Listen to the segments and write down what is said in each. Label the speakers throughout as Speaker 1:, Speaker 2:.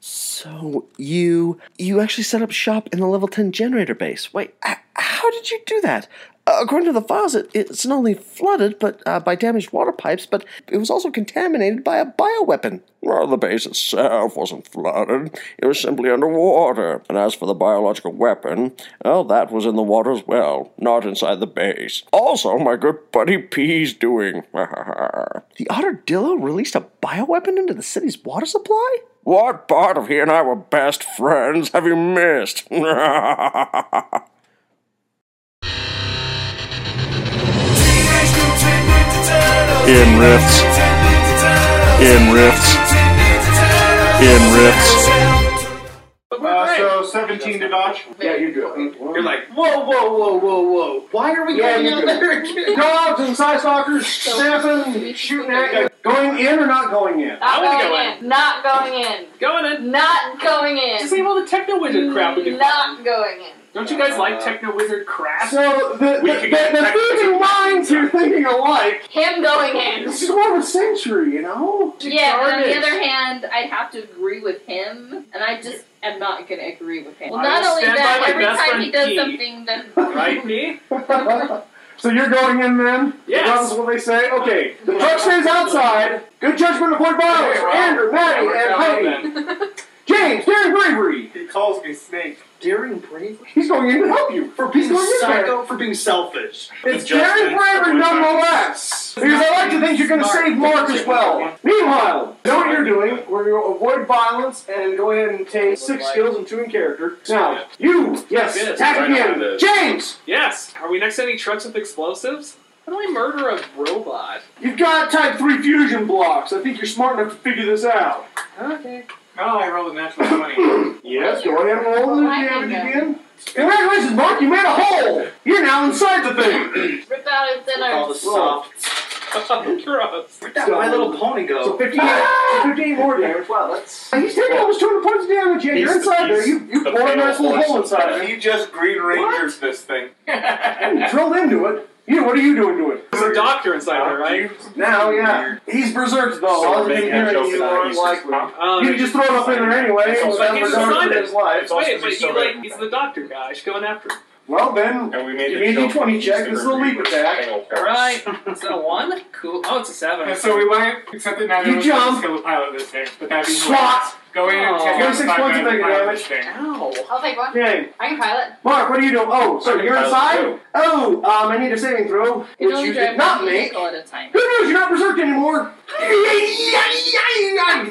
Speaker 1: So you you actually set up shop in the level ten generator base. Wait, h- how did you do that? Uh, according to the files, it, it's not only flooded, but uh, by damaged water pipes, but it was also contaminated by a bioweapon.
Speaker 2: Well, the base itself wasn't flooded. It was simply underwater. And as for the biological weapon, well, that was in the water as well, not inside the base. Also, my good buddy P's doing.
Speaker 1: The Otterdillo released a bioweapon into the city's water supply?
Speaker 2: what part of he and I were best friends have you missed?
Speaker 3: In rifts. In rifts. In rifts.
Speaker 4: Uh, so 17 to dodge.
Speaker 5: Yeah, you're good.
Speaker 4: You're like,
Speaker 5: Whoa, whoa, whoa, whoa, whoa. Why are we
Speaker 4: Yeah,
Speaker 5: going
Speaker 4: you
Speaker 5: out
Speaker 4: do.
Speaker 5: there again?
Speaker 4: dogs and sassockers snapping, shooting at you. Going in or not going in?
Speaker 6: Not
Speaker 7: I wanna
Speaker 6: going
Speaker 7: go
Speaker 6: in. Not going in.
Speaker 7: Going in.
Speaker 6: Not going in.
Speaker 7: Disable the techno wizard crap we do.
Speaker 6: Not going in.
Speaker 7: Don't you guys like techno wizard crap?
Speaker 4: So the, the,
Speaker 7: We could get
Speaker 4: the, the
Speaker 7: back to
Speaker 4: thieving
Speaker 7: the-
Speaker 4: minds here thinking alike.
Speaker 6: Him going in.
Speaker 4: This is what a century, you know?
Speaker 8: Yeah, but on the
Speaker 4: Garbage.
Speaker 8: other hand, I'd have to agree with him, and I just am not gonna agree with him.
Speaker 7: I
Speaker 8: Well,
Speaker 7: will
Speaker 8: not only
Speaker 7: stand
Speaker 8: that,
Speaker 7: by my
Speaker 8: every
Speaker 7: best
Speaker 8: time
Speaker 7: friend
Speaker 8: he does
Speaker 7: P.
Speaker 8: something, then
Speaker 7: Right, me?
Speaker 4: so you're going in then?
Speaker 7: Yes.
Speaker 4: Regardless of what they say? Okay. The truck stays outside. Good judgment of Fort Bottles,
Speaker 7: Okay, we're out.
Speaker 4: Andrew,
Speaker 7: Yeah,
Speaker 4: Maddie,
Speaker 7: we're
Speaker 4: and
Speaker 7: going
Speaker 4: Heidi.
Speaker 7: in.
Speaker 4: James, Darren Bravery.
Speaker 5: He calls me Snake.
Speaker 4: Daring Bravery? He's going in to help you. For
Speaker 5: He's
Speaker 4: he's going in there.
Speaker 5: psycho for being selfish.
Speaker 4: It's Darren
Speaker 3: Adjustment.
Speaker 4: Bravery nonetheless. Because I like to think you're going to save Mark as well. Meanwhile, know what you're doing. We're going to avoid violence and go ahead and take six skills and two in character. Now, you, yes,
Speaker 7: Yes,
Speaker 4: attack
Speaker 3: right on
Speaker 4: again.
Speaker 3: the-
Speaker 4: James,
Speaker 7: Yes. Are we next to any trucks with explosives? How do I murder a robot?
Speaker 4: you've got type three fusion blocks. I think you're smart enough to figure this out.
Speaker 7: Okay. Oh, I rolled a natural 20.
Speaker 4: Yes, go ahead and roll the
Speaker 8: Well, I
Speaker 4: damage
Speaker 8: think, uh,
Speaker 4: again. Congratulations, Mark, you made a hole. You're now inside the thing.
Speaker 8: rip out his
Speaker 5: All the
Speaker 8: dinner.
Speaker 5: soft.
Speaker 7: Gross.
Speaker 5: Where'd that My Little Pony go?
Speaker 4: So 58, 58 more damage.
Speaker 5: Wow, that's.
Speaker 4: And He's taking almost 200 points of damage, yeah. You're
Speaker 3: He's the-
Speaker 4: inside there.
Speaker 3: he's
Speaker 4: You, you
Speaker 3: the
Speaker 4: bore a nice
Speaker 3: pale
Speaker 4: little
Speaker 3: horse
Speaker 4: hole
Speaker 3: of
Speaker 4: inside there.
Speaker 9: He just Green Rangers this thing.
Speaker 4: You drilled into it. You, what are you doing to it?
Speaker 7: There's a doctor inside there, right?
Speaker 4: Now, yeah. He's berserked, though.
Speaker 3: So
Speaker 4: All
Speaker 3: we're
Speaker 4: the
Speaker 3: making
Speaker 4: thing
Speaker 3: a
Speaker 4: here
Speaker 3: joke
Speaker 4: is
Speaker 3: about
Speaker 4: more
Speaker 3: he's
Speaker 4: likely.
Speaker 7: Um,
Speaker 4: You can just throw it up in there anyway.
Speaker 3: It's
Speaker 4: and
Speaker 3: like
Speaker 4: we're
Speaker 7: he's
Speaker 4: done
Speaker 7: inside
Speaker 4: with
Speaker 7: it.
Speaker 4: his life.
Speaker 7: Wait, but
Speaker 3: he's
Speaker 7: he
Speaker 3: so
Speaker 7: like
Speaker 3: bad.
Speaker 7: he's the doctor guy. She's going after him.
Speaker 4: Well, then,
Speaker 3: And we made
Speaker 4: Give
Speaker 3: the
Speaker 4: me a
Speaker 3: joke
Speaker 4: D20
Speaker 3: that
Speaker 4: check.
Speaker 3: he's
Speaker 4: This is
Speaker 3: the
Speaker 4: a leap
Speaker 3: reader.
Speaker 4: attack.
Speaker 3: Hang on.
Speaker 7: All right. Is that a one? Cool. Oh, it's a seven.
Speaker 10: And so we went, except that now
Speaker 4: You
Speaker 10: there was a
Speaker 4: jump.
Speaker 10: skill to pilot this thing. But that'd be
Speaker 4: swat!
Speaker 10: Go in and check out
Speaker 4: 26
Speaker 10: five
Speaker 4: points
Speaker 10: minutes to
Speaker 4: of negative
Speaker 10: pilot
Speaker 4: damage.
Speaker 10: this thing.
Speaker 7: Ow.
Speaker 6: I'll take one.
Speaker 4: Okay.
Speaker 6: I can pilot.
Speaker 4: Mark, what are you doing? Oh, so you're inside? Oh, um, I need a saving throw,
Speaker 8: You
Speaker 4: which
Speaker 8: can only
Speaker 4: you
Speaker 8: drive
Speaker 4: did not
Speaker 8: one
Speaker 4: make.
Speaker 8: vehicle at a time.
Speaker 4: Who knows? You're not berserked anymore.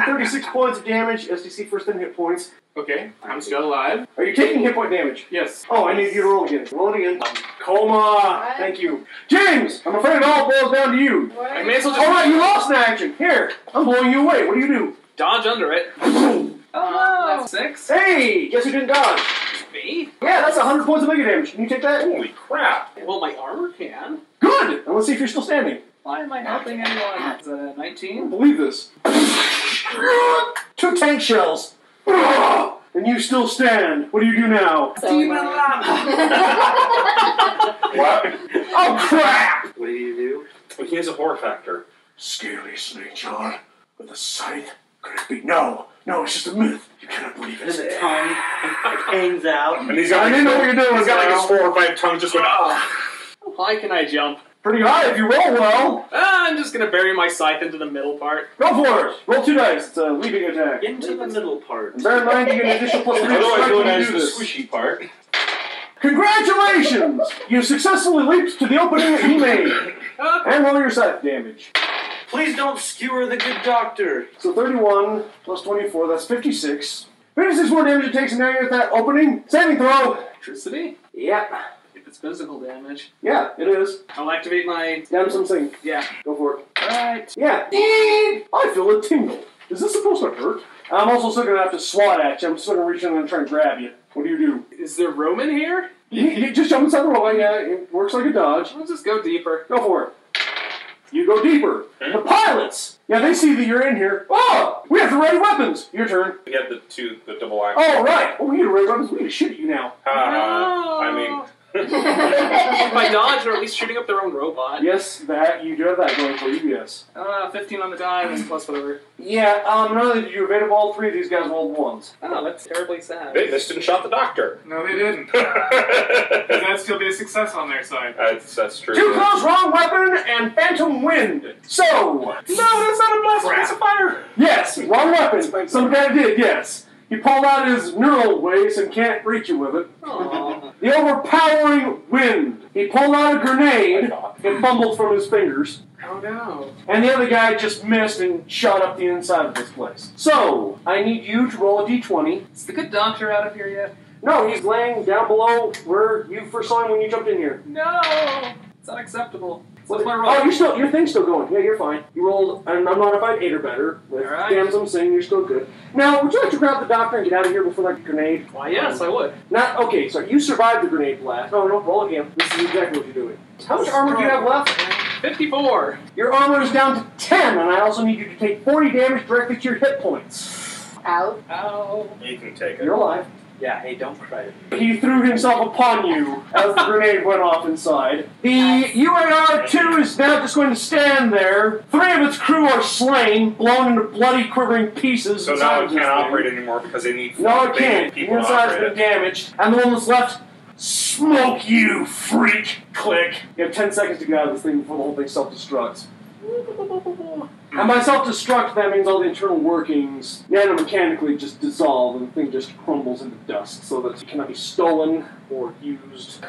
Speaker 4: 36 points of damage. SDC first 10 hit points.
Speaker 10: Okay, I'm still alive.
Speaker 4: Are you taking hit point damage?
Speaker 10: Yes.
Speaker 4: Oh, I need you to roll again. Roll it again. Coma.
Speaker 6: What?
Speaker 4: Thank you. James, I'm afraid it all boils down to you.
Speaker 6: What?
Speaker 7: I may as well
Speaker 4: All
Speaker 7: just
Speaker 4: right, you lost an action. Here, I'm blowing you away. What do you
Speaker 7: dodge under it.
Speaker 4: do?
Speaker 7: Oh no! Six.
Speaker 4: hey, guess who didn't dodge?
Speaker 7: Me?
Speaker 4: Yeah, that's 100 points of mega damage. Can you take that?
Speaker 3: Holy crap!
Speaker 7: Well, my armor can.
Speaker 4: Good. And let's see if you're still standing.
Speaker 7: Why am I helping anyone? It's a 19.
Speaker 4: Believe this. Two tank shells. And you still stand. What do you do now?
Speaker 8: So annoying.
Speaker 3: What?
Speaker 4: Oh crap!
Speaker 5: What do you do?
Speaker 3: Well, he has a horror factor.
Speaker 4: Scary snake, John. With a scythe? Could it be? No, no, it's just a myth. You cannot believe
Speaker 5: And the tongue it hangs out.
Speaker 3: And he's got
Speaker 4: I
Speaker 3: like,
Speaker 4: didn't know
Speaker 3: four-
Speaker 4: what you're doing,
Speaker 3: He's got like
Speaker 4: Kyle.
Speaker 3: his four or five tongues just going. Ah.
Speaker 7: Why can I jump?
Speaker 4: Pretty high if you roll well.
Speaker 7: Ah, I'm just gonna bury my scythe into the middle part.
Speaker 4: Go for it. Roll two dice. It's a leaping attack.
Speaker 5: Into the middle part.
Speaker 4: Bear in mind you get an additional plus three.
Speaker 3: Otherwise,
Speaker 4: strike
Speaker 3: going
Speaker 4: when
Speaker 3: down
Speaker 4: you
Speaker 3: to
Speaker 4: do
Speaker 3: the
Speaker 4: this.
Speaker 3: squishy part.
Speaker 4: Congratulations! You successfully leaped to the opening that he made.
Speaker 7: Ah,
Speaker 4: And roll your scythe damage.
Speaker 5: Please don't skewer the good doctor.
Speaker 4: So 31 plus 24, that's 56. 56 more damage it takes, and now you're at that opening. Saving throw!
Speaker 7: electricity?
Speaker 4: Yep.
Speaker 7: If it's physical damage.
Speaker 4: Yeah, it is.
Speaker 7: I'll activate my.
Speaker 4: Down something.
Speaker 7: Yeah.
Speaker 4: Go for it.
Speaker 7: Alright.
Speaker 4: Yeah. I feel a tingle. Is this supposed to hurt? I'm also still gonna have to swat at you. I'm still gonna reach in and try and grab you. What do you do?
Speaker 7: Is there room in here?
Speaker 4: You, you just jump inside the rolling. Yeah, it works like a dodge.
Speaker 7: I'll just go deeper.
Speaker 4: Go for it. You go deeper. The pilots. Yeah, they see that you're in here. Oh, we have to ready weapons. Your turn.
Speaker 3: We had the two, the double action.
Speaker 4: Oh, All right. Oh, we need to ready weapons. We need to shoot you now.
Speaker 3: Uh, I mean,
Speaker 7: By dodge, they're at least shooting up their own robot.
Speaker 4: Yes, that you do have that going for you. Yes.
Speaker 7: Uh, 15 on the die, is plus whatever.
Speaker 4: Yeah. Um. Not only did you evade of all three of these guys rolled ones.
Speaker 7: Oh, that's terribly sad.
Speaker 3: They, they didn't shot the doctor.
Speaker 10: No, they didn't. Because
Speaker 3: that's,
Speaker 10: that'd still be a success on their side.
Speaker 3: that's true.
Speaker 4: Two close, wrong weapon, and phantom wind. So.
Speaker 10: No, that's not a blast. It's a fire.
Speaker 4: Yes, wrong weapon. Some guy did. Yes. He pulled out his neural waves and can't reach you with it.
Speaker 7: Aw.
Speaker 4: The overpowering wind. He pulled out a grenade and fumbled from his fingers.
Speaker 10: Oh no.
Speaker 4: And the other guy just missed and shot up the inside of this place. So, I need you to roll a d20.
Speaker 7: Is the good doctor out of here yet?
Speaker 4: No, he's laying down below where you first saw him when you jumped in here.
Speaker 7: No! It's unacceptable. What's my roll?
Speaker 4: Oh, you're still, your thing's still going. Yeah, you're fine. You rolled an unmodified 8 or better. With
Speaker 7: All right.
Speaker 4: damn some saying you're still good. Now, would you like to grab the doctor and get out of here before that grenade?
Speaker 7: Why, yes, I would.
Speaker 4: Not, okay, so you survived the grenade blast. No, no, roll again. This is exactly what you're doing. How much armor do you have left?
Speaker 7: 54.
Speaker 4: Your armor is down to 10, and I also need you to take 40 damage directly to your hit points.
Speaker 6: Out.
Speaker 7: Ow.
Speaker 3: You can take it.
Speaker 4: You're alive.
Speaker 5: Yeah, hey, don't cry.
Speaker 4: He threw himself upon you as the grenade went off inside. The UAR-2 is now just going to stand there. Three of its crew are slain, blown into bloody, quivering pieces.
Speaker 3: So
Speaker 4: inside
Speaker 3: now it
Speaker 4: of
Speaker 3: can't
Speaker 4: this thing.
Speaker 3: operate anymore because they need
Speaker 4: No, it
Speaker 3: they need
Speaker 4: can't. The
Speaker 3: people to
Speaker 4: inside's
Speaker 3: operate
Speaker 4: been
Speaker 3: it.
Speaker 4: damaged, and the one that's left, smoke you, freak! Click. You have ten seconds to get out of this thing before the whole thing self-destructs. And by self-destruct, that means all the internal workings nanomechanically just dissolve, and the thing just crumbles into dust, so that it cannot be stolen or used.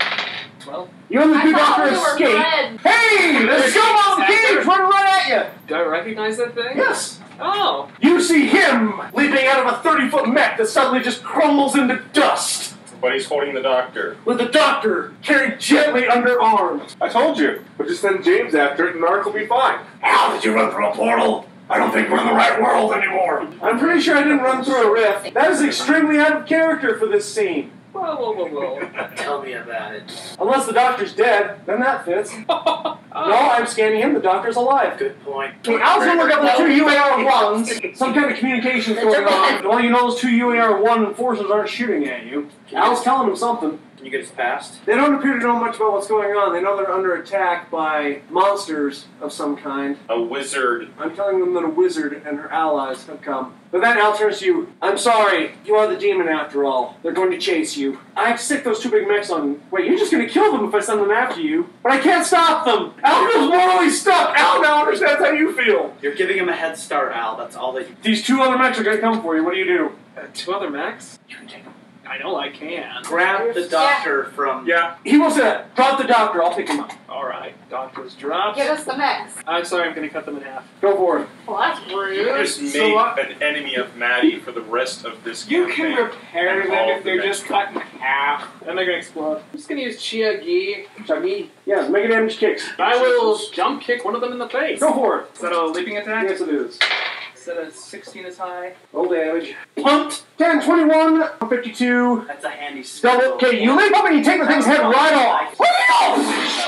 Speaker 7: Well,
Speaker 4: You and the
Speaker 6: I
Speaker 4: good
Speaker 6: thought
Speaker 4: doctor
Speaker 6: we were
Speaker 4: escape.
Speaker 6: friends.
Speaker 4: Hey, let's go on the cage! Run right at
Speaker 7: do I recognize that thing?
Speaker 4: you. Yes.
Speaker 7: Oh.
Speaker 4: You see him leaping out of a thirty-foot mech that suddenly just crumbles into dust.
Speaker 3: But he's holding the doctor.
Speaker 4: with the doctor carried gently under arms.
Speaker 9: I told you. We'll just send James after it, and Narc will be fine.
Speaker 2: How did you run through a portal? I don't think we're in the right world anymore.
Speaker 4: I'm pretty sure I didn't run through a rift. That is extremely out of character for this scene.
Speaker 7: Whoa, whoa, whoa, whoa.
Speaker 5: Tell me about it.
Speaker 4: Unless the doctor's dead, then that fits. No, I'm scanning him. The doctor's alive.
Speaker 5: Good point.
Speaker 4: I also look up the two UAR ones. Some kind of communication's going on. All you know is two UAR one enforcers aren't shooting at you. Al's telling him something.
Speaker 5: Can you get us past?
Speaker 4: They don't appear to know much about what's going on. They know they're under attack by monsters of some kind.
Speaker 3: A wizard.
Speaker 4: I'm telling them that a wizard and her allies have come. But then Al turns to you. I'm sorry. You are the demon after all. They're going to chase you. I have to stick those two big mechs on you. Wait, you're just going to kill them if I send them after you. But I can't stop them. Al feels morally stuck. Al now understands how you feel.
Speaker 5: You're giving him a head start, Al. That's all that you.
Speaker 4: These two other mechs are going to come for you. What do you do?
Speaker 7: Uh, two other max? You can take them. I know I can.
Speaker 5: Grab the doctor from.
Speaker 9: Yeah.
Speaker 4: He will say that. Drop the doctor. I'll pick him up.
Speaker 7: Alright, doctor's dropped.
Speaker 6: Give us the mess.
Speaker 7: I'm sorry, I'm gonna cut them in half.
Speaker 4: Go for it.
Speaker 6: Well, that's rude.
Speaker 3: You just made
Speaker 10: So what-
Speaker 3: an enemy of Maddie for the rest of this
Speaker 10: You
Speaker 3: campaign.
Speaker 10: can repair
Speaker 3: And
Speaker 10: them
Speaker 3: all
Speaker 10: if
Speaker 3: of
Speaker 10: they're
Speaker 3: the
Speaker 10: just cut in half.
Speaker 7: And they're gonna explode. I'm just gonna use Chia Gi.
Speaker 4: Chucky. Yeah, make a damage kicks.
Speaker 7: I will jump kick one of them in the face.
Speaker 4: Go for it.
Speaker 7: Is that a leaping attack?
Speaker 4: Yes, it is.
Speaker 7: Is that a 16 is high?
Speaker 4: Roll damage. Pumped. 10, 21, 52.
Speaker 5: That's a handy spell.
Speaker 4: Double. Okay, you leap up and you take the thing's head right off.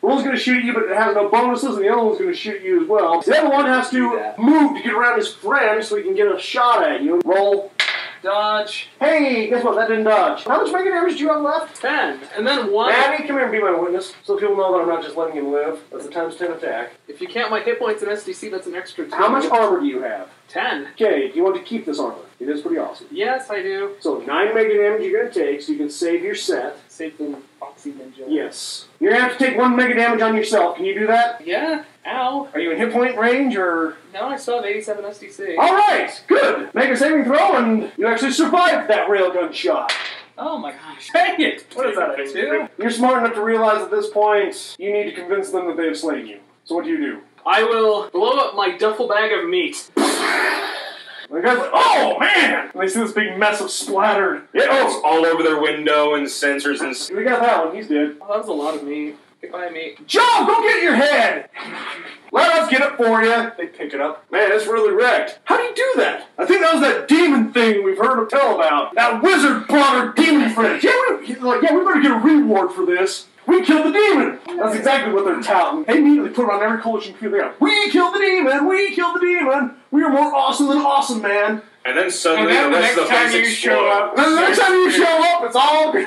Speaker 4: One's going to shoot you, but it has no bonuses, and the other one's going to shoot you as well. The other one has to move to get around his friend so he can get a shot at you. Roll.
Speaker 7: Dodge.
Speaker 4: Hey, guess what? That didn't dodge. How much mega damage do you have left?
Speaker 7: 10. And then one.
Speaker 4: Abby, come here and be my witness, so people know that I'm not just letting him live. That's a times ten attack.
Speaker 7: If you count my hit points in SDC, that's an extra two.
Speaker 4: How much armor do you have?
Speaker 7: 10.
Speaker 4: Okay, do you want to keep this armor? It is pretty awesome.
Speaker 7: Yes, I do.
Speaker 4: So nine mega damage you're going to take, so you can save your set.
Speaker 7: Save the Foxy Ninja.
Speaker 4: Yes. You're going to have to take one mega damage on yourself. Can you do that?
Speaker 7: Yeah. Ow.
Speaker 4: Are you in hit point range or?
Speaker 7: Now I still have 87 SDC.
Speaker 4: All right, good. Make a saving throw, and you actually survived that railgun shot.
Speaker 7: Oh my gosh.
Speaker 4: Dang it!
Speaker 7: What is that, a two?
Speaker 4: You're smart enough to realize at this point you need to convince them that they have slain you. So what do you do?
Speaker 7: I will blow up my duffel bag of meat.
Speaker 4: The guy's like, "Oh man!" And they see this big mess of splattered. Yeah.
Speaker 3: It's
Speaker 4: Oh,
Speaker 3: all over their window and sensors and. s-
Speaker 4: we got that one. He's dead.
Speaker 7: Oh, that was a lot of meat. Goodbye, meat.
Speaker 4: Joe, go get your head. Let us get it for you.
Speaker 9: They pick it up.
Speaker 4: Man, it's really wrecked. How do you do that? I think that was that demon thing we've heard him tell about. That wizard brought her demon friends. Yeah, we, he's like, yeah, we better get a reward for this. We killed the demon. That's exactly what they're touting. They immediately put it on every coalition computer they got. We killed the demon. We killed the demon. We are more awesome than awesome, man.
Speaker 3: And then suddenly
Speaker 10: And then
Speaker 3: the
Speaker 10: the
Speaker 3: rest of
Speaker 10: next
Speaker 3: the
Speaker 10: time
Speaker 3: place
Speaker 10: you show
Speaker 3: explode.
Speaker 10: up-
Speaker 4: The next time you show up, it's all good.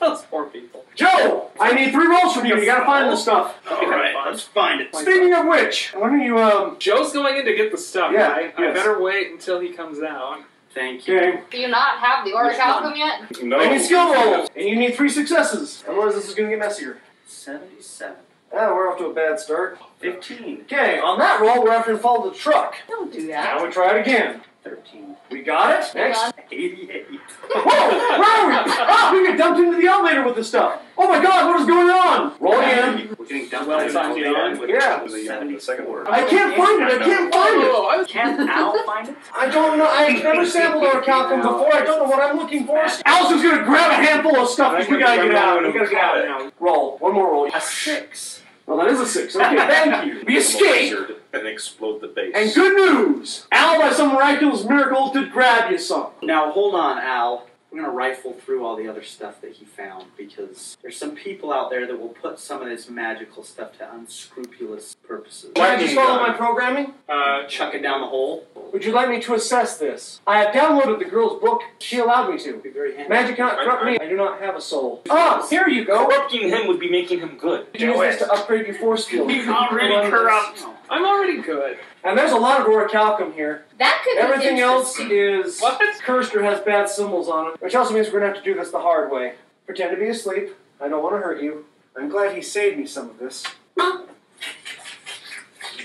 Speaker 7: Those poor people.
Speaker 4: Joe, I need three rolls from you. You gotta find the stuff.
Speaker 5: All right, let's find it.
Speaker 4: Speaking of which, why don't you, um,
Speaker 7: Joe's going in to get the stuff,
Speaker 4: Yeah,
Speaker 7: right? I
Speaker 4: yes.
Speaker 7: better wait until he comes out.
Speaker 5: Thank you.
Speaker 4: okay.
Speaker 6: Do you not have the
Speaker 5: Which
Speaker 6: Auric
Speaker 5: one?
Speaker 6: album yet?
Speaker 3: No.
Speaker 4: I need skill rolls. And you need three successes. Otherwise, this is gonna get messier.
Speaker 5: 77.
Speaker 4: Ah, we're off to a bad start.
Speaker 5: 15.
Speaker 4: Okay, on that roll, we're after to follow the truck.
Speaker 8: Don't do that.
Speaker 4: Now we try it again.
Speaker 5: 13.
Speaker 4: We got it. Next.
Speaker 6: Hold
Speaker 5: 88.
Speaker 4: Whoa! Where are we? Ah, we get dumped into the elevator with this stuff. Oh my god, what is going on? Roll again.
Speaker 5: We're getting dumped
Speaker 7: Well,
Speaker 5: by
Speaker 7: it's
Speaker 5: the
Speaker 7: on
Speaker 5: old
Speaker 7: the
Speaker 5: man
Speaker 7: island.
Speaker 5: with
Speaker 4: Yeah.
Speaker 3: The second word.
Speaker 5: 74.
Speaker 4: I can't find it. I can't find it.
Speaker 7: Whoa, I was
Speaker 5: Can Al find it?
Speaker 4: I don't know. I've never sampled our calcum before. I don't know what I'm looking for. Allison's gonna grab a handful of stuff.
Speaker 3: I
Speaker 4: We gotta
Speaker 3: can
Speaker 4: get out.
Speaker 3: remember
Speaker 4: We gotta get out
Speaker 3: it.
Speaker 4: now. Roll. One more roll.
Speaker 5: A 6.
Speaker 4: Well, that is a six. Okay, thank you. We escaped.
Speaker 3: Lizard And explode the base.
Speaker 4: And good news! Al, by some miraculous miracle, did grab you some.
Speaker 5: Now hold on, Al. We're gonna rifle through all the other stuff that he found because there's some people out there that will put some of this magical stuff to unscrupulous purposes.
Speaker 4: Would you just follow my programming?
Speaker 10: Uh,
Speaker 5: Chuck it down the hole.
Speaker 4: Would you like me to assess this? I have downloaded the girl's book. She allowed me to.
Speaker 5: Be very handy.
Speaker 4: Magic cannot corrupt me. I do not have a soul. Ah, here you go.
Speaker 3: Corrupting him would be making him good.
Speaker 4: You can use this to upgrade your force skill.
Speaker 10: He's already corrupt.
Speaker 7: I'm already good.
Speaker 4: And there's a lot of orichalcum here.
Speaker 8: That could be
Speaker 4: Everything else
Speaker 8: interesting.
Speaker 4: is
Speaker 7: What?
Speaker 4: cursed or has bad symbols on it, which also means we're gonna have to do this the hard way. Pretend to be asleep. I don't want to hurt you. I'm glad he saved me some of this.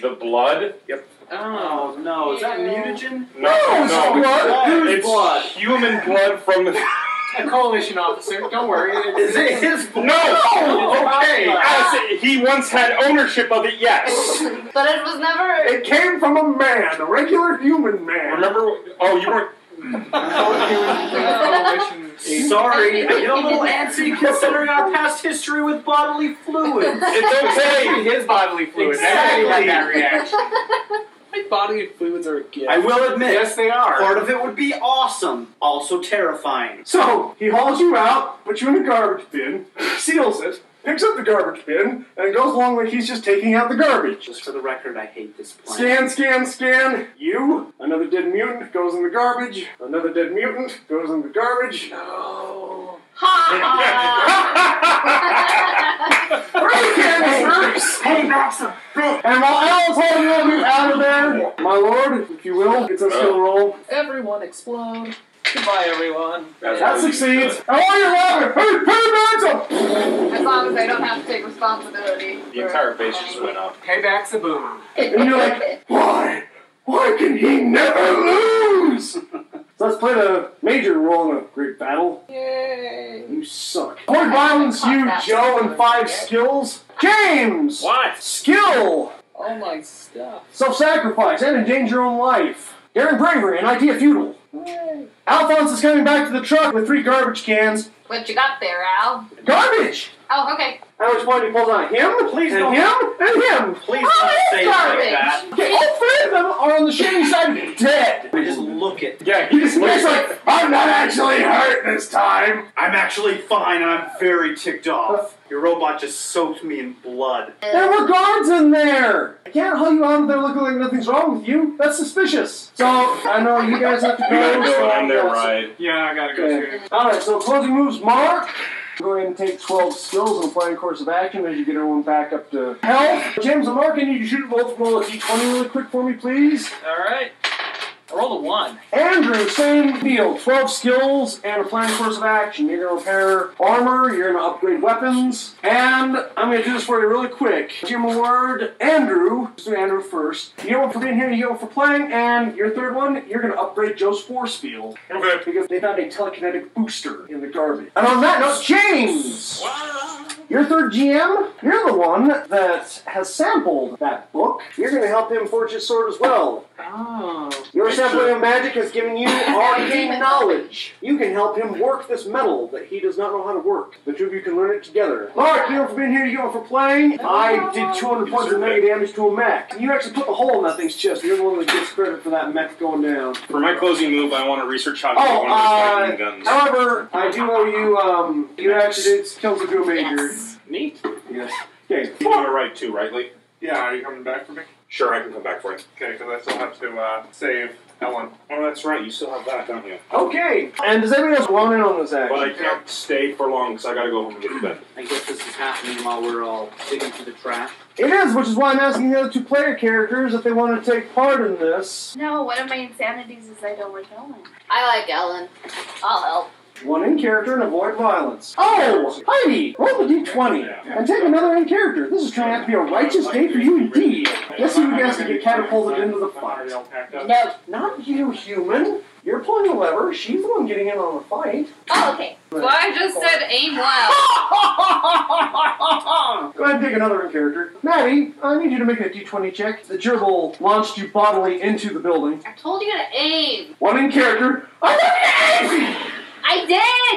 Speaker 3: The blood? Yep.
Speaker 5: Oh no, is that
Speaker 6: Ew.
Speaker 5: mutagen?
Speaker 3: No,
Speaker 4: it's blood. Whose
Speaker 3: It's
Speaker 5: blood?
Speaker 3: human blood from the.
Speaker 10: A coalition officer. Don't worry.
Speaker 5: Is it his blood?
Speaker 3: No! Okay!
Speaker 10: It's
Speaker 3: Alice, he once had ownership of it, yes!
Speaker 6: But it was never.
Speaker 4: It came from a man, a regular human man.
Speaker 3: Remember? Oh, you weren't.
Speaker 5: Sorry, I get a little antsy considering our past history with bodily fluids.
Speaker 3: It's okay!
Speaker 10: his bodily fluid.
Speaker 5: Exactly.
Speaker 10: Everybody had that reaction.
Speaker 7: My body and fluids are a gift.
Speaker 5: I will admit,
Speaker 10: Yes, they are.
Speaker 5: part of it would be awesome, also terrifying.
Speaker 4: So he hauls you out, puts you in a garbage bin, seals it, picks up the garbage bin, and goes along like he's just taking out the garbage.
Speaker 5: Just for the record, I hate this plan.
Speaker 4: Scan, scan, scan. You, another dead mutant, goes in the garbage. Another dead mutant goes in the garbage.
Speaker 10: Hey, Maxim.
Speaker 4: And while Al's holding all you out of there, my lord, if you will, it's a skill roll.
Speaker 7: Everyone explode. Goodbye, everyone.
Speaker 4: That succeeds. And while you're laughing, hey, hey, Maxim!
Speaker 6: As long as I don't have to take responsibility.
Speaker 3: The entire base just went up.
Speaker 10: Hey, Max. A boom.
Speaker 4: And you're like, why? Why can he never lose? So let's play the major role in a great battle.
Speaker 6: Yay.
Speaker 4: You suck. Point violence, you, Joe, and five skills. James!
Speaker 10: What?
Speaker 4: Skill!
Speaker 7: All my stuff.
Speaker 4: Self sacrifice and endanger your own life. Daring bravery and idea futile. Alphonse is coming back to the truck with three garbage cans.
Speaker 6: What you got there, Al?
Speaker 4: Garbage!
Speaker 6: Oh, okay.
Speaker 4: At which point he pulls on him, please, and
Speaker 5: don't.
Speaker 4: him, and him.
Speaker 5: Please
Speaker 6: Oh,
Speaker 5: don't
Speaker 6: it's
Speaker 5: say it like
Speaker 6: garbage.
Speaker 5: that.
Speaker 4: Okay, all three of them are on the shady side of dead.
Speaker 5: I just look at.
Speaker 3: Yeah,
Speaker 4: He just looks like, I'm not actually hurt this time.
Speaker 5: I'm actually fine, and I'm very ticked off. Your robot just soaked me in blood.
Speaker 4: There were guards in there. I can't haul you out of there looking like nothing's wrong with you. That's suspicious. So, I know you guys have to
Speaker 3: You
Speaker 4: go.
Speaker 3: gotta go
Speaker 4: so
Speaker 3: on their
Speaker 4: I'll-
Speaker 3: ride.
Speaker 10: Yeah, I gotta go
Speaker 4: Okay.
Speaker 10: too.
Speaker 4: Alright, so closing moves, Mark. Go ahead and take 12 skills and apply a course of action as you get everyone back up to health. James and Mark, I need you to shoot both roll a d20 really quick for me, please.
Speaker 7: All right. I rolled a one.
Speaker 4: Andrew, same deal. 12 skills and a planned course of action. You're going to repair armor, you're going to upgrade weapons, and I'm going to do this for you really quick. Give him a word. Andrew, let's do Andrew first. You get one for being here, you get one for playing, and your third one, you're going to upgrade Joe's force field
Speaker 3: Okay.
Speaker 4: because they found a telekinetic booster in the garbage. And on that note, James! Your third GM, you're the one that has sampled that book. You're going to help him forge his sword as well.
Speaker 7: Oh.
Speaker 4: Your
Speaker 3: Make
Speaker 4: sampling
Speaker 3: sure-
Speaker 4: of magic has given you arcane knowledge. You can help him work this metal that he does not know how to work. The two of you can learn it together. Mark, you know for being here, you know for playing. I did 200 points of mega damage to a mech. You actually put the hole in that thing's chest. You're the one that gets credit for that mech going down.
Speaker 3: For my closing move, I want to research how to get
Speaker 4: Oh,
Speaker 3: one of those lightning
Speaker 4: uh,
Speaker 3: guns.
Speaker 4: however, I do owe you, um, you actually did kills a good major.
Speaker 6: Yes.
Speaker 7: Neat.
Speaker 4: Yes. Okay.
Speaker 3: You were right too, right? Like,
Speaker 10: Yeah, are you coming back for me?
Speaker 3: Sure, I can come back for you.
Speaker 9: Okay, because I still have to uh, save Ellen.
Speaker 3: Oh, that's right. You still have that, don't you?
Speaker 4: Okay. And does anybody else want in on this action?
Speaker 3: But I can't stay for long because I gotta go home and get to bed.
Speaker 5: I guess this is happening while we're all digging through the trash.
Speaker 4: It is, which is why I'm asking the other two player characters if they want to take part in this.
Speaker 6: No, one of my insanities is I don't like Ellen. I like Ellen. I'll help.
Speaker 4: One in character and avoid violence. Oh, Heidi, roll the d20 and take another in character. This is turning out to be a righteous day for you indeed. Guess who gets to get catapulted into the fight?
Speaker 8: Nope.
Speaker 4: Not you, human. You're pulling a lever. She's the one getting in on the fight.
Speaker 6: Oh, okay. Well, I just said aim well.
Speaker 4: Go ahead and take another in character. Maddie, I need you to make a d20 check. The gerbil launched you bodily into the building.
Speaker 6: I told you to aim.
Speaker 4: One in character. Oh, I love an ace!
Speaker 6: I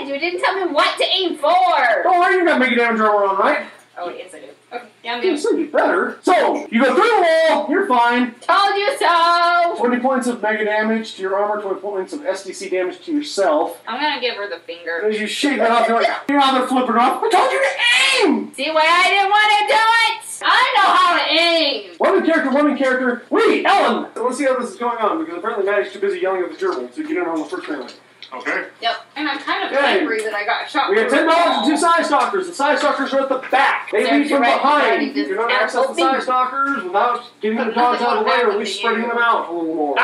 Speaker 6: did. You didn't tell me what to aim for.
Speaker 4: Don't worry, you're not making damn gerbil all right.
Speaker 6: Oh, wait, yes, I did. Okay, yeah, I'm
Speaker 4: You
Speaker 6: good.
Speaker 4: said you better. So, you go through the wall, you're fine.
Speaker 6: Told you so.
Speaker 4: 20 points of mega damage to your armor, 20 points of SDC damage to yourself.
Speaker 6: I'm gonna give her the finger.
Speaker 4: As you shake that off, you're like, you're out there flipping off. I told you to aim!
Speaker 6: See why I didn't want to do it? I know how to aim.
Speaker 4: One in character, one in character. We, Ellen! So let's see how this is going on, because apparently Maddie's too busy yelling at the gerbil to get in on the first round.
Speaker 9: Okay.
Speaker 6: Yep. And I'm kind of
Speaker 4: Yeah.
Speaker 6: angry that I got shot.
Speaker 4: We have
Speaker 6: through
Speaker 4: ten
Speaker 6: the
Speaker 4: dollars
Speaker 6: wall.
Speaker 4: and two side stalkers. The side stalkers are at the back. They
Speaker 6: They're
Speaker 4: lead from
Speaker 6: direct-
Speaker 4: behind.
Speaker 6: they're
Speaker 4: You're going to access the
Speaker 6: direct-
Speaker 4: side stalkers without getting the dogs out of the way, or at least spreading them out a little more.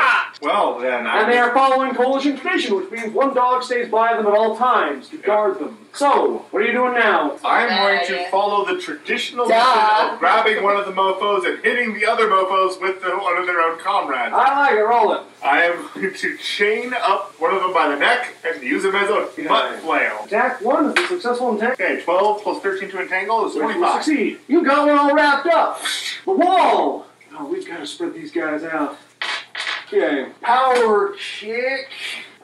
Speaker 9: Well, then I.
Speaker 4: And they are following coalition tradition, which means one dog stays by them at all times to guard them. So, what are you doing now?
Speaker 9: I'm going
Speaker 6: Yeah.
Speaker 9: to follow the traditional
Speaker 6: Duh.
Speaker 9: method of grabbing one of the mofos and hitting the other mofos with the, one of their own comrades.
Speaker 4: I like it. Roll it.
Speaker 9: I am going to chain up one of them by the neck and use him as a butt flail.
Speaker 4: Attack one is a successful attack.
Speaker 9: Okay, 12 plus 13 to entangle is
Speaker 4: So you will
Speaker 9: 25.
Speaker 4: succeed. You got one all wrapped up. The wall. Oh, we've got to spread these guys out. Okay. Power kick.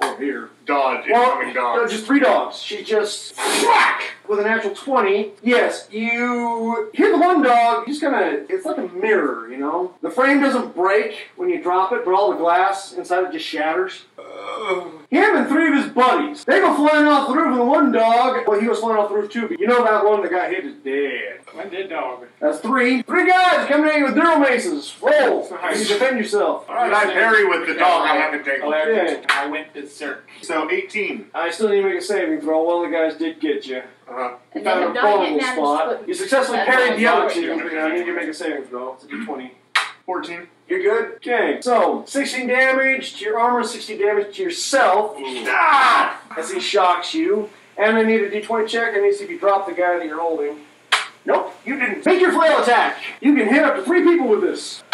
Speaker 4: Or Oh, here.
Speaker 9: Dodge,
Speaker 4: Well,
Speaker 9: incoming
Speaker 4: no,
Speaker 9: dodge.
Speaker 4: just three dogs. She just whack with an actual twenty. Yes, you hit the one dog. You just kind of it's like a mirror, you know. The frame doesn't break when you drop it, but all the glass inside it just shatters. Him and three of his buddies. They go flying off the roof, and the one dog, well, he was flying off the roof too, but you know that one that got hit is dead.
Speaker 7: My dead dog.
Speaker 4: That's three. Three guys coming at you with drill maces. Roll. You defend yourself.
Speaker 9: Alright, I parry with the dog I haven't taken.
Speaker 4: Okay.
Speaker 10: I went berserk.
Speaker 9: So 18.
Speaker 4: I still need to make a saving throw. One of the guys did get you.
Speaker 9: Uh-huh.
Speaker 8: And
Speaker 4: Found
Speaker 8: then
Speaker 4: a
Speaker 8: the dog
Speaker 4: vulnerable
Speaker 8: had managed
Speaker 4: spot.
Speaker 8: to
Speaker 4: You successfully
Speaker 8: That's
Speaker 4: parried the
Speaker 8: all
Speaker 4: other
Speaker 8: right.
Speaker 4: two. I need you to make a saving throw. It's a d20.
Speaker 9: 14.
Speaker 4: You're good? Okay, so 16 damage to your armor, 60 damage to yourself. Ah! As he shocks you. And I need a d20 check. I need to see if you drop the guy that you're holding. Nope, you didn't. Make your flail attack. You can hit up to three people with this.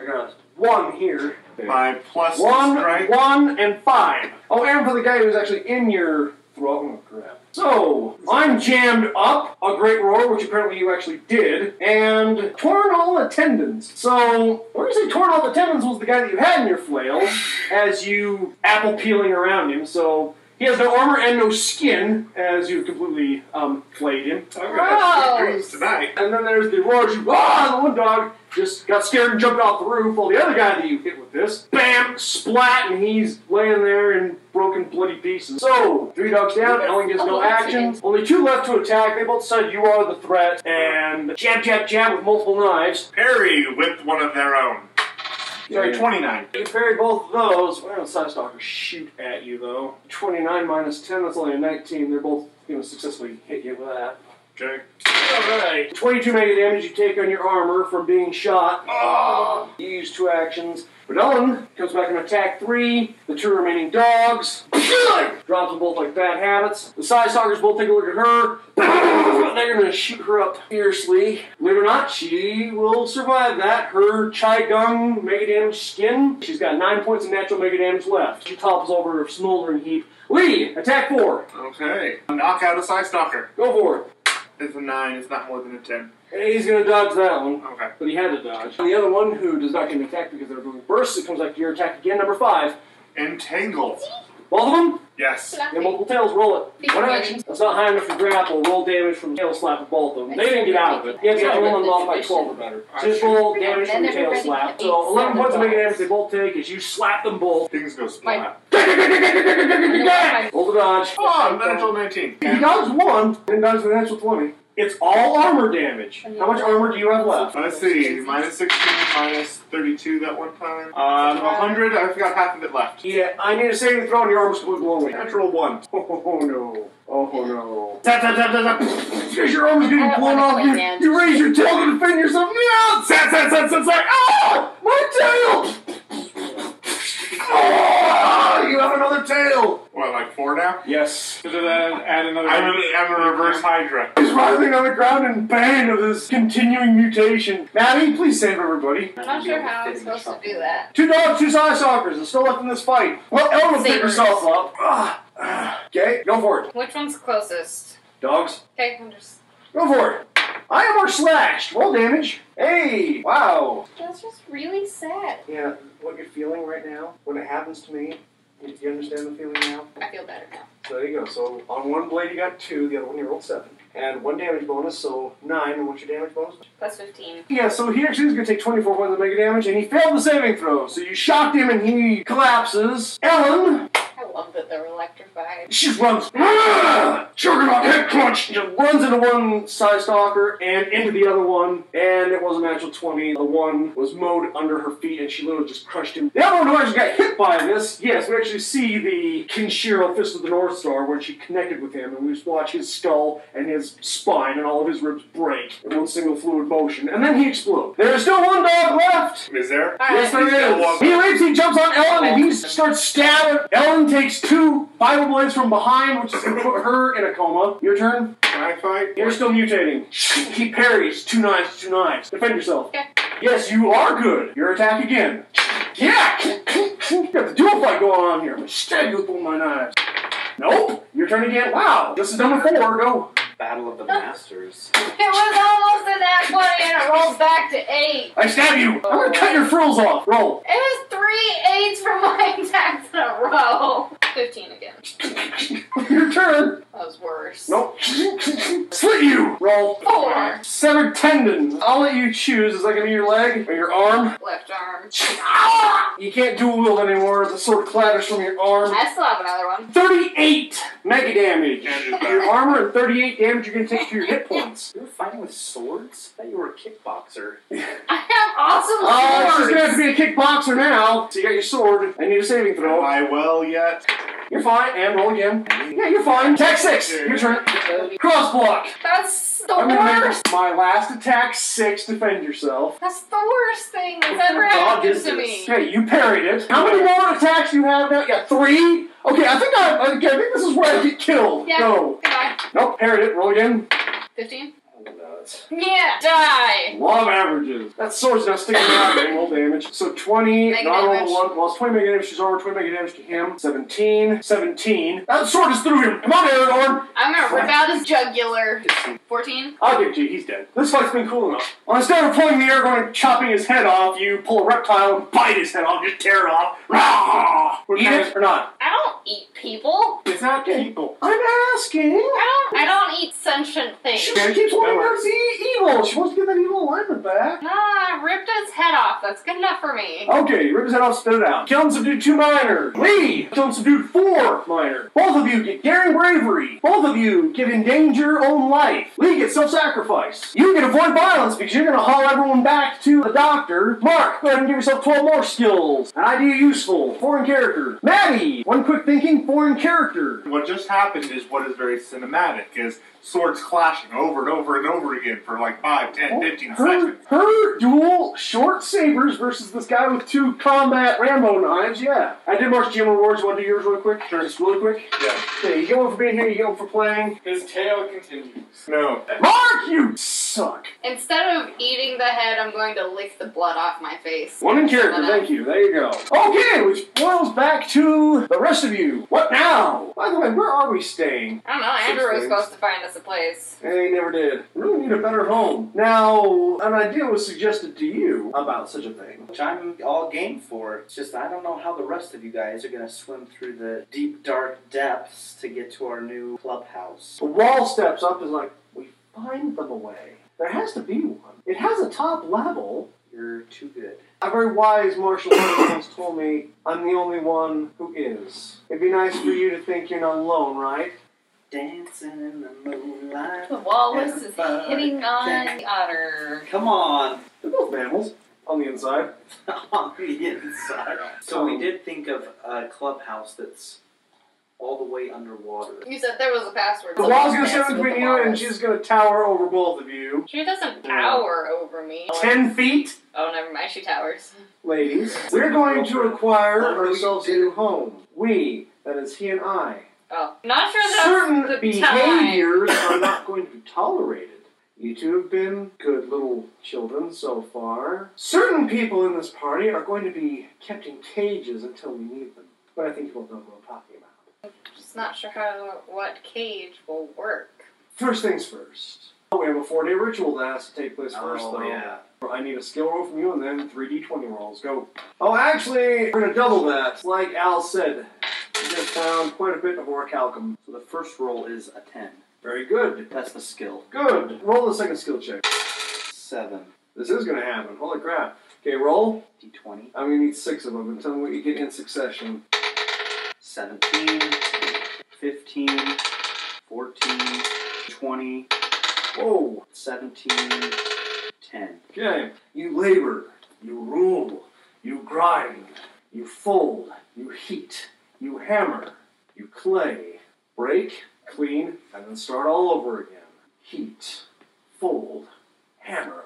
Speaker 4: I got one here.
Speaker 9: My plus
Speaker 4: One,
Speaker 9: strength.
Speaker 4: one, and five. Oh, and for the guy who's actually in your throat. Oh, crap. So, I'm jammed up a great roar, which apparently you actually did, and torn all the tendons. So, when you say torn all the tendons was the guy that you had in your flail, as you apple peeling around him, so. He has no armor and no skin, as you completely um, flayed him.
Speaker 9: I've got sweet
Speaker 6: Gross.
Speaker 9: dreams tonight.
Speaker 4: And then there's the roar. You, ah, the one dog just got scared and jumped off the roof. Well, the other guy that you hit with this, bam, splat, and he's laying there in broken, bloody pieces. So, three dogs down. Ellen gets no
Speaker 8: Oh, that's
Speaker 4: action.
Speaker 8: it.
Speaker 4: Only two left to attack. They both said you are the threat. And jab, jab, jab with multiple knives.
Speaker 9: Parry with one of their own. Sorry, 29.
Speaker 4: You parry both of those. Well, side stalkers shoot at you, though. 29 minus 10, that's only a 19. They're both going to successfully hit you with that.
Speaker 9: Okay.
Speaker 4: Alright. 22 mega damage you take on your armor from being shot.
Speaker 9: Ah.
Speaker 4: You use two actions. But Ellen comes back and attack three. The two remaining dogs. Drops them both like bad habits. The side stalkers both take a look at her. They're gonna shoot her up fiercely. Believe it or not, she will survive that. Her Chai Gung mega damage skin. She's got nine points of natural mega damage left. She topples over a smoldering heap. Lee, attack four.
Speaker 9: Okay. Knock out a side stalker.
Speaker 4: Go for it.
Speaker 9: It's a 9, it's not more than a 10.
Speaker 4: Hey, He's gonna dodge that one.
Speaker 9: Okay.
Speaker 4: But he had to dodge. And the other one who does not get an attack because they're doing bursts, it comes back to your attack again, number five.
Speaker 9: Entangle.
Speaker 4: Both of them?
Speaker 9: Yes.
Speaker 4: Yeah, multiple tails, roll it.
Speaker 6: Big
Speaker 4: One
Speaker 6: one.
Speaker 4: action. That's not high enough to grapple. Roll damage from tail slap of both of them. They didn't get out of it. You have to get everyone involved by 12 or better. So just roll damage from the tail slap. So 11 points of mega damage they both take as you slap them both.
Speaker 9: Things go splat.
Speaker 4: Roll the dodge.
Speaker 9: Oh, natural 19.
Speaker 4: He dodged one, then dodged the natural 20. It's all armor damage. How much armor do you have left?
Speaker 9: Let's see, minus 16, minus 32 that one time. Um, 100, I've got half of it left.
Speaker 4: Yeah, I need a saving throw and your arm's completely blown away. Natural one. Oh, no. Oh no. Tap, tap, tap, tap, tap. Because your arm's getting
Speaker 6: I don't
Speaker 4: blown
Speaker 6: wanna
Speaker 4: off.
Speaker 6: play
Speaker 4: You,
Speaker 6: Nance.
Speaker 4: you raise your tail to defend yourself. No! Zap, zap, zap, zap, zap. Oh! My tail! Oh, you have another tail!
Speaker 9: What, like four now?
Speaker 4: Yes.
Speaker 3: So then add another.
Speaker 9: I'm, a- I'm a reverse Hydra.
Speaker 4: He's writhing on the ground in pain of this continuing mutation. Maddie, please save everybody.
Speaker 6: I'm not sure how I'm supposed to do that.
Speaker 4: Two dogs, two side stalkers. There's still left in this fight. Well, Elma, pick
Speaker 6: Sabers.
Speaker 4: herself up. Ah, ah. Okay, go for it.
Speaker 6: Which one's closest?
Speaker 4: Dogs,
Speaker 6: Okay, I'm just.
Speaker 4: go for it. I am or slashed. Roll damage. Hey, wow.
Speaker 6: That's just really sad.
Speaker 4: Yeah, what you're feeling right now, when it happens to me, do you understand the feeling now?
Speaker 6: I feel better now.
Speaker 4: So there you go. So on one blade you got two, the other one you rolled seven. And one damage bonus, so nine. And what's your damage bonus?
Speaker 6: Plus 15.
Speaker 4: Yeah, so he actually is going to take 24 points of mega damage, and he failed the saving throw. So you shocked him, and he collapses. Ellen,
Speaker 6: I love that they're electrified.
Speaker 4: she runs. "Ah!" Juggernaut head clutch! Just runs into one side stalker and into the other one, and it was a natural 20. The one was mowed under her feet, and she literally just crushed him. The other one who actually got hit by this, yes, we actually see the Kinshiro Fist of the North Star when she connected with him, and we just watch his skull and his spine and all of his ribs break in one single fluid motion, and then he explodes. There is still one dog left!
Speaker 9: Is there?
Speaker 4: Yes, there is. He leaps, he jumps on Ellen, and he starts stabbing. Ellen takes two Bible blades from behind, which is going to put her in a coma. Your turn.
Speaker 9: Can I fight?
Speaker 4: You're still mutating. He parries. Two knives, two knives. Defend yourself.
Speaker 6: Okay.
Speaker 4: Yes, you are good. Your attack again. Yeah! you got the dual fight going on here. I'm going to stab you with one of my knives. Nope. Your turn again. Wow. This is number four. Go.
Speaker 5: Battle of the Masters.
Speaker 6: It was almost in that 20 and it rolls back to 8.
Speaker 4: I stab you. I'm going to cut your frills off. Roll.
Speaker 6: It was three eights for my attacks in a row. 15 again.
Speaker 4: Your turn.
Speaker 6: That was worse.
Speaker 4: Nope. Slit you. Roll.
Speaker 6: Four.
Speaker 4: Severed tendon. I'll let you choose. Is that gonna be your leg or your arm?
Speaker 6: Left arm.
Speaker 4: You can't dual wield anymore. The sword clatters from your arm.
Speaker 6: I still have another one.
Speaker 4: 38 mega damage.
Speaker 9: And it's
Speaker 4: Your
Speaker 9: back.
Speaker 4: armor and 38 damage you're gonna take to your hit points.
Speaker 5: You were fighting with swords? I thought you were a kickboxer.
Speaker 6: I have awesome
Speaker 4: Uh, it's just
Speaker 6: swords.
Speaker 4: gonna have to be a kickboxer now. So you got your sword. I need a saving
Speaker 9: Am
Speaker 4: throw.
Speaker 9: I well yet?
Speaker 4: You're fine. And roll again. Yeah, you're fine. Attack six. Your turn. Cross block.
Speaker 6: That's the
Speaker 4: I'm gonna
Speaker 6: worst.
Speaker 4: make my last attack six. Defend yourself.
Speaker 6: That's the worst thing that's
Speaker 5: kind of
Speaker 6: ever
Speaker 5: dog
Speaker 6: happened
Speaker 5: is
Speaker 6: to me.
Speaker 5: this?
Speaker 4: Okay, you parried it. How many more attacks do you have now? Yeah, three. Okay, I think I, okay, I think this is where I get killed.
Speaker 6: Yeah.
Speaker 4: Go.
Speaker 6: Goodbye.
Speaker 4: Nope, parried it. Roll again.
Speaker 6: 15?
Speaker 4: Oh, no, it's-
Speaker 6: Yeah. Die.
Speaker 4: Law of averages. That sword's not sticking out. Getting roll damage. So 20,
Speaker 6: Mega
Speaker 4: not
Speaker 6: damage.
Speaker 4: over one. Well, it's 20 mega damage. She's over 20 mega damage to him. 17, 17. That sword is through him. Come on, Aragorn.
Speaker 6: I'm gonna rip out his jugular. 14?
Speaker 4: I'll give it to you. He's dead. This fight's been cool enough. Well, instead of pulling the Aragorn and chopping his head off, you pull a reptile and bite his head off. Just tear it off. Rah! Eat it or not?
Speaker 6: I don't eat people.
Speaker 9: It's not people.
Speaker 4: I'm asking.
Speaker 6: I don't. I don't eat sentient things.
Speaker 4: She just keeps wanting her to see evil. She wants to get that evil alignment back.
Speaker 6: Nah, I ripped his head off. That's good enough for me.
Speaker 4: Okay, rip his head off, spit it out. Kill and subdue two minor. Lee! Kill and subdue four minor. Both of you get daring bravery. Both of you give endanger your own life. Lee gets self-sacrifice. You can avoid violence because you're gonna haul everyone back to the doctor. Mark, go ahead and give yourself 12 more skills. An idea useful. Foreign character. Maddie! One quick thinking, foreign character.
Speaker 9: What just happened is what is very cinematic is swords clashing over and over and over again for like 5,
Speaker 4: Oh,
Speaker 9: 10, 15
Speaker 4: her,
Speaker 9: seconds.
Speaker 4: her dual short sabers versus this guy with two combat Rambo knives. Yeah, I did Mark's GM rewards. You want to do yours really quick? Sure. Just really quick.
Speaker 9: Yeah.
Speaker 4: Okay, you get one for being here. You get one for playing.
Speaker 10: His tail continues.
Speaker 9: No.
Speaker 4: Mark, you suck.
Speaker 6: Instead of eating the head, I'm going to lick the blood off my face.
Speaker 4: One in character. Thank you. There you go. Okay, which boils back to the rest of you. What now? By the way, where are we staying?
Speaker 6: I don't know. Andrew was supposed to find us a place.
Speaker 4: They never did. Really need a better home. Now, an idea was suggested to you about such a thing.
Speaker 5: Which I'm all game for. It's just I don't know how the rest of you guys are gonna swim through the deep dark depths to get to our new clubhouse.
Speaker 4: The wall steps up and is like, we find them a way. There has to be one. It has a top level.
Speaker 5: You're too good.
Speaker 4: A very wise martial artist once told me, I'm the only one who is. It'd be nice for you to think you're not alone, right?
Speaker 5: Dancing in the moonlight.
Speaker 8: Wallace is hitting on the otter.
Speaker 5: Come on.
Speaker 4: They're both mammals on the inside.
Speaker 5: on the inside. So we did think of a clubhouse that's all the way underwater.
Speaker 6: You said there was a password.
Speaker 4: The
Speaker 6: so
Speaker 4: wall's gonna
Speaker 6: let's
Speaker 4: sit
Speaker 6: dance with
Speaker 4: between
Speaker 6: the
Speaker 4: you, and
Speaker 6: walls.
Speaker 4: she's gonna tower over both of you.
Speaker 6: She doesn't tower over me.
Speaker 4: Ten feet,
Speaker 6: Oh, never mind. She towers.
Speaker 4: ladies. We're going to acquire
Speaker 5: Well, we
Speaker 4: ourselves a new home. We, that is he and I.
Speaker 6: Oh, not sure that's the
Speaker 4: Certain
Speaker 6: time.
Speaker 4: behaviors are not going to be tolerated. You two have been good little children so far. Certain people in this party are going to be kept in cages until we need them. But I think you both know who I'm talking about.
Speaker 6: Just not sure how what cage will work.
Speaker 4: First things first. Oh, we have a four day ritual that has to take place first,
Speaker 5: oh,
Speaker 4: though.
Speaker 5: yeah.
Speaker 4: I need a skill roll from you and then 3d20 rolls. Go. Oh, actually, we're gonna double that. Like Al said, we just found quite a bit of orichalcum.
Speaker 5: So the first roll is a 10.
Speaker 4: Very good.
Speaker 5: That's the skill.
Speaker 4: Good. Roll the second skill check.
Speaker 5: 7.
Speaker 4: This is gonna happen. Holy crap. Okay, roll.
Speaker 5: D20.
Speaker 4: I'm gonna need six of them and tell me what you get in succession.
Speaker 5: 17. 15. 14. 20.
Speaker 4: Whoa.
Speaker 5: 17. 10.
Speaker 4: Okay. You labor, you rule, you grind, you fold, you heat, you hammer, you clay, break, clean, and then start all over again. Heat, fold, hammer,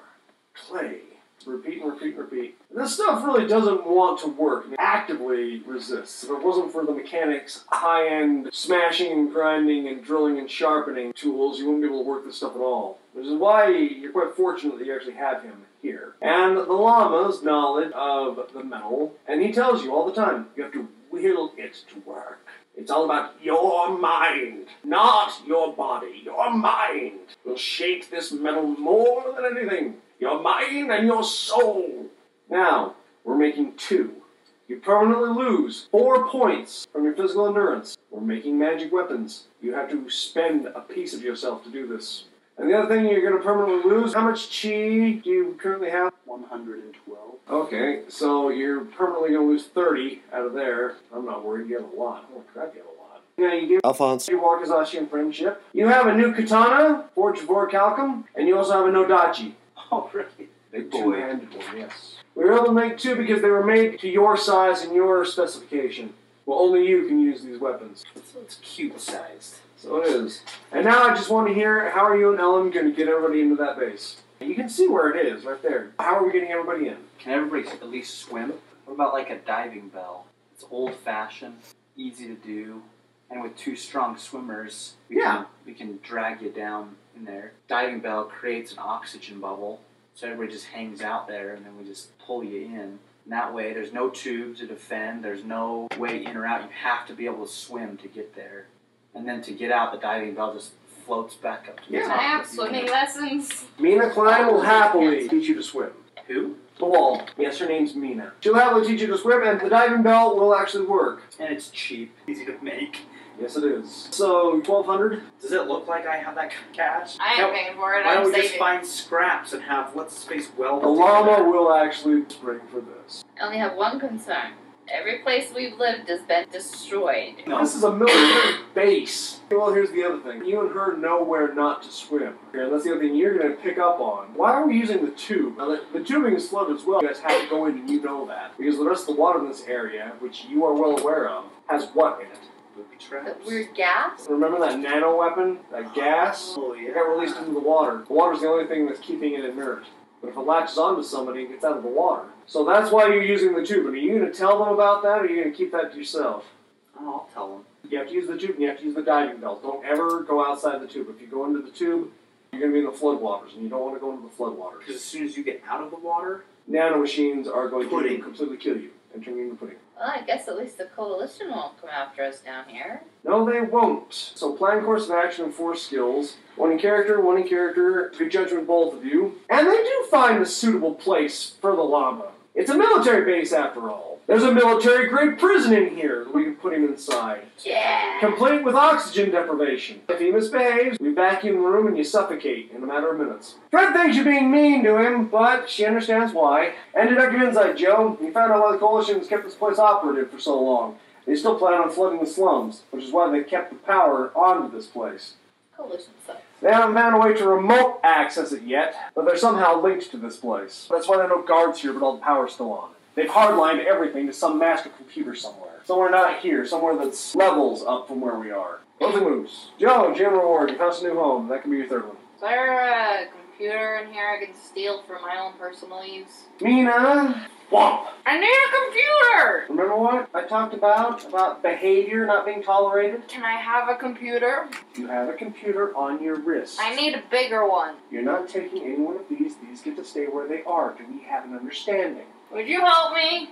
Speaker 4: clay. Repeat and repeat and repeat. This stuff really doesn't want to work. It actively resists. If it wasn't for the mechanics, high end smashing and grinding and drilling and sharpening tools, you wouldn't be able to work this stuff at all. Which is why you're quite fortunate that you actually have him here. And the llama's knowledge of the metal, and he tells you all the time you have to will it to work. It's all about your mind, not your body. Your mind will shape this metal more than anything. Your mind and your soul. Now, we're making two. You permanently lose four points from your physical endurance. We're making magic weapons. You have to spend a piece of yourself to do this. And the other thing you're going to permanently lose how much chi do you currently have?
Speaker 5: 112.
Speaker 4: Okay, so you're permanently going to lose 30 out of there. I'm not worried, you have a lot. Holy crap, you have a lot. Yeah, you do.
Speaker 1: Alphonse.
Speaker 4: You walk Wakazashi in friendship. You have a new katana, forged of orichalcum, and you also have a nodachi.
Speaker 5: Oh, really?
Speaker 4: Big Two-handed one, yes. We were able to make two because they were made to your size and your specification. Well, only you can use these weapons.
Speaker 5: So it's cube sized.
Speaker 4: So it is. And now I just want to hear how are you and Ellen going to get everybody into that base? You can see where it is right there. How are we getting everybody in?
Speaker 5: Can everybody at least swim? What about like a diving bell? It's old fashioned, easy to do, and with two strong swimmers, we
Speaker 4: Yeah.
Speaker 5: can we can drag you down in there. Diving bell creates an oxygen bubble, so everybody just hangs out there, and then we just pull you in. And that way, there's no tube to defend. There's no way in or out. You have to be able to swim to get there, and then to get out, the diving bell just floats back up to
Speaker 4: Yeah.
Speaker 5: the
Speaker 6: Can
Speaker 5: top.
Speaker 6: I have
Speaker 5: of you.
Speaker 6: swimming lessons?
Speaker 4: Mina Klein will happily teach you to swim.
Speaker 5: Who?
Speaker 4: The wall. Yes, her name's Mina. She'll happily teach you to swim, and the diving bell will actually work.
Speaker 5: And it's cheap, easy to make.
Speaker 4: Yes, it is. So, 1200?
Speaker 5: Does it look like I have that cash?
Speaker 6: I ain't
Speaker 5: Nope.
Speaker 6: paying for it.
Speaker 5: Why
Speaker 6: I'm
Speaker 5: don't we
Speaker 6: saving.
Speaker 5: just find scraps and have what's space well
Speaker 4: The llama will actually spring for this.
Speaker 8: I only have one concern. Every place we've lived has been destroyed.
Speaker 5: No,
Speaker 4: This is a military base. Well, here's the other thing. You and her know where not to swim. And that's the other thing you're going to pick up on. Why are we using the tube? Now, the, the tubing is flooded as well. You guys have to go in and you know that. Because the rest of the water in this area, which you are well aware of, has what in it?
Speaker 5: booby traps.
Speaker 8: But weird gaps?
Speaker 4: Remember that nano weapon? That gas?
Speaker 5: Oh
Speaker 4: It got released into the water. The water's the only thing that's keeping it inert. But if it latches onto somebody, it gets out of the water. So that's why you're using the tube. And are you going to tell them about that, or are you going to keep that to yourself?
Speaker 5: Oh, I'll tell them.
Speaker 4: You have to use the tube, and you have to use the diving bell. Don't ever go outside the tube. If you go into the tube, you're going to be in the floodwaters, and you don't want to go into the floodwaters.
Speaker 5: Because as soon as you get out of the water,
Speaker 4: Nanomachines are going
Speaker 5: Pudding.
Speaker 4: to completely kill you and turn you into pudding.
Speaker 8: Well, I guess at least the coalition won't come after us down here.
Speaker 4: No, they won't. So plan course of action and four skills. One in character, one in character. Good judgment, both of you. And they do find a suitable place for the llama. It's a military base after all. There's a military grade prison in here that we can put him inside.
Speaker 8: Yeah.
Speaker 4: Complete with oxygen deprivation. If he misbehaves, we vacuum the room and you suffocate in a matter of minutes. Fred thinks you're being mean to him, but she understands why. And deductive insight, Joe. You found out why the coalition has kept this place operative for so long. They still plan on flooding the slums, which is why they kept the power onto this place.
Speaker 6: Coalition stuff.
Speaker 4: They haven't found a way to remote access it yet, but they're somehow linked to this place. That's why there are no guards here, but all the power's still on. They've hardlined everything to some master computer somewhere. Somewhere not here, somewhere that's levels up from where we are. Those are moves. Joe, Jim Reward, you found a new home. That can be your third one.
Speaker 6: Is there a computer in here I can steal for my own personal use?
Speaker 4: Mina, Womp.
Speaker 6: I need a computer!
Speaker 4: Remember what I talked about? About behavior not being tolerated?
Speaker 6: Can I have a computer?
Speaker 4: You have a computer on your wrist.
Speaker 6: I need a bigger one.
Speaker 4: You're not taking any one of these. These get to stay where they are. Do we have an understanding?
Speaker 6: Would you help me?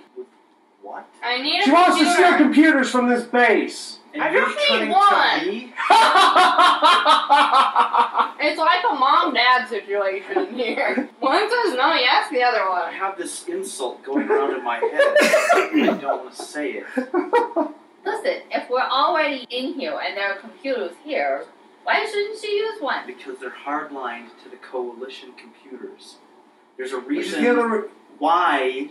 Speaker 4: What?
Speaker 6: I need a
Speaker 4: She
Speaker 6: computer.
Speaker 4: wants to steal computers from this base.
Speaker 6: I just need one. It's like a mom dad situation here. One says no, you ask the other
Speaker 5: I
Speaker 6: one.
Speaker 5: have this insult going around in my head. I don't want to say it.
Speaker 8: Listen, if we're already in here and there are computers here, why shouldn't she use one?
Speaker 5: Because they're hardlined to the coalition computers. There's a
Speaker 4: Which is
Speaker 5: reason
Speaker 4: the other.
Speaker 5: why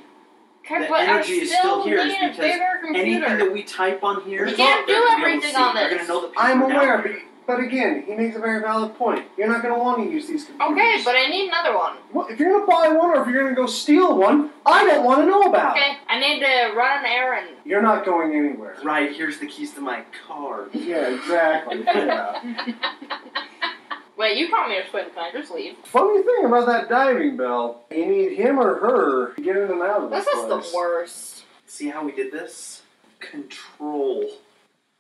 Speaker 6: Okay,
Speaker 5: The
Speaker 6: but
Speaker 5: energy
Speaker 6: I
Speaker 5: is
Speaker 6: still
Speaker 5: still here
Speaker 6: need
Speaker 5: is
Speaker 6: a
Speaker 5: because
Speaker 6: bigger
Speaker 5: anything
Speaker 6: computer.
Speaker 5: that we type on here,
Speaker 6: We can't
Speaker 5: they're
Speaker 6: do
Speaker 5: gonna be able to
Speaker 6: everything
Speaker 5: see.
Speaker 6: on
Speaker 5: They're
Speaker 6: this.
Speaker 5: gonna know the people
Speaker 4: I'm
Speaker 5: down
Speaker 4: aware,
Speaker 5: there.
Speaker 4: but- but again, he makes a very valid point. You're not going to want to use these computers.
Speaker 6: Okay, but I need another one.
Speaker 4: Well, if you're going to buy one or if you're going to go steal one, I don't want to know about it.
Speaker 6: Okay, I need to run an errand.
Speaker 4: You're not going anywhere.
Speaker 5: Right, here's the keys to my car.
Speaker 4: Yeah, exactly. Yeah.
Speaker 6: Wait, you call me a twin. Can I just leave?
Speaker 4: Funny thing about that diving bell, you need him or her to get in and out of this,
Speaker 6: This is the
Speaker 4: place.
Speaker 6: worst.
Speaker 5: See how we did this? Control.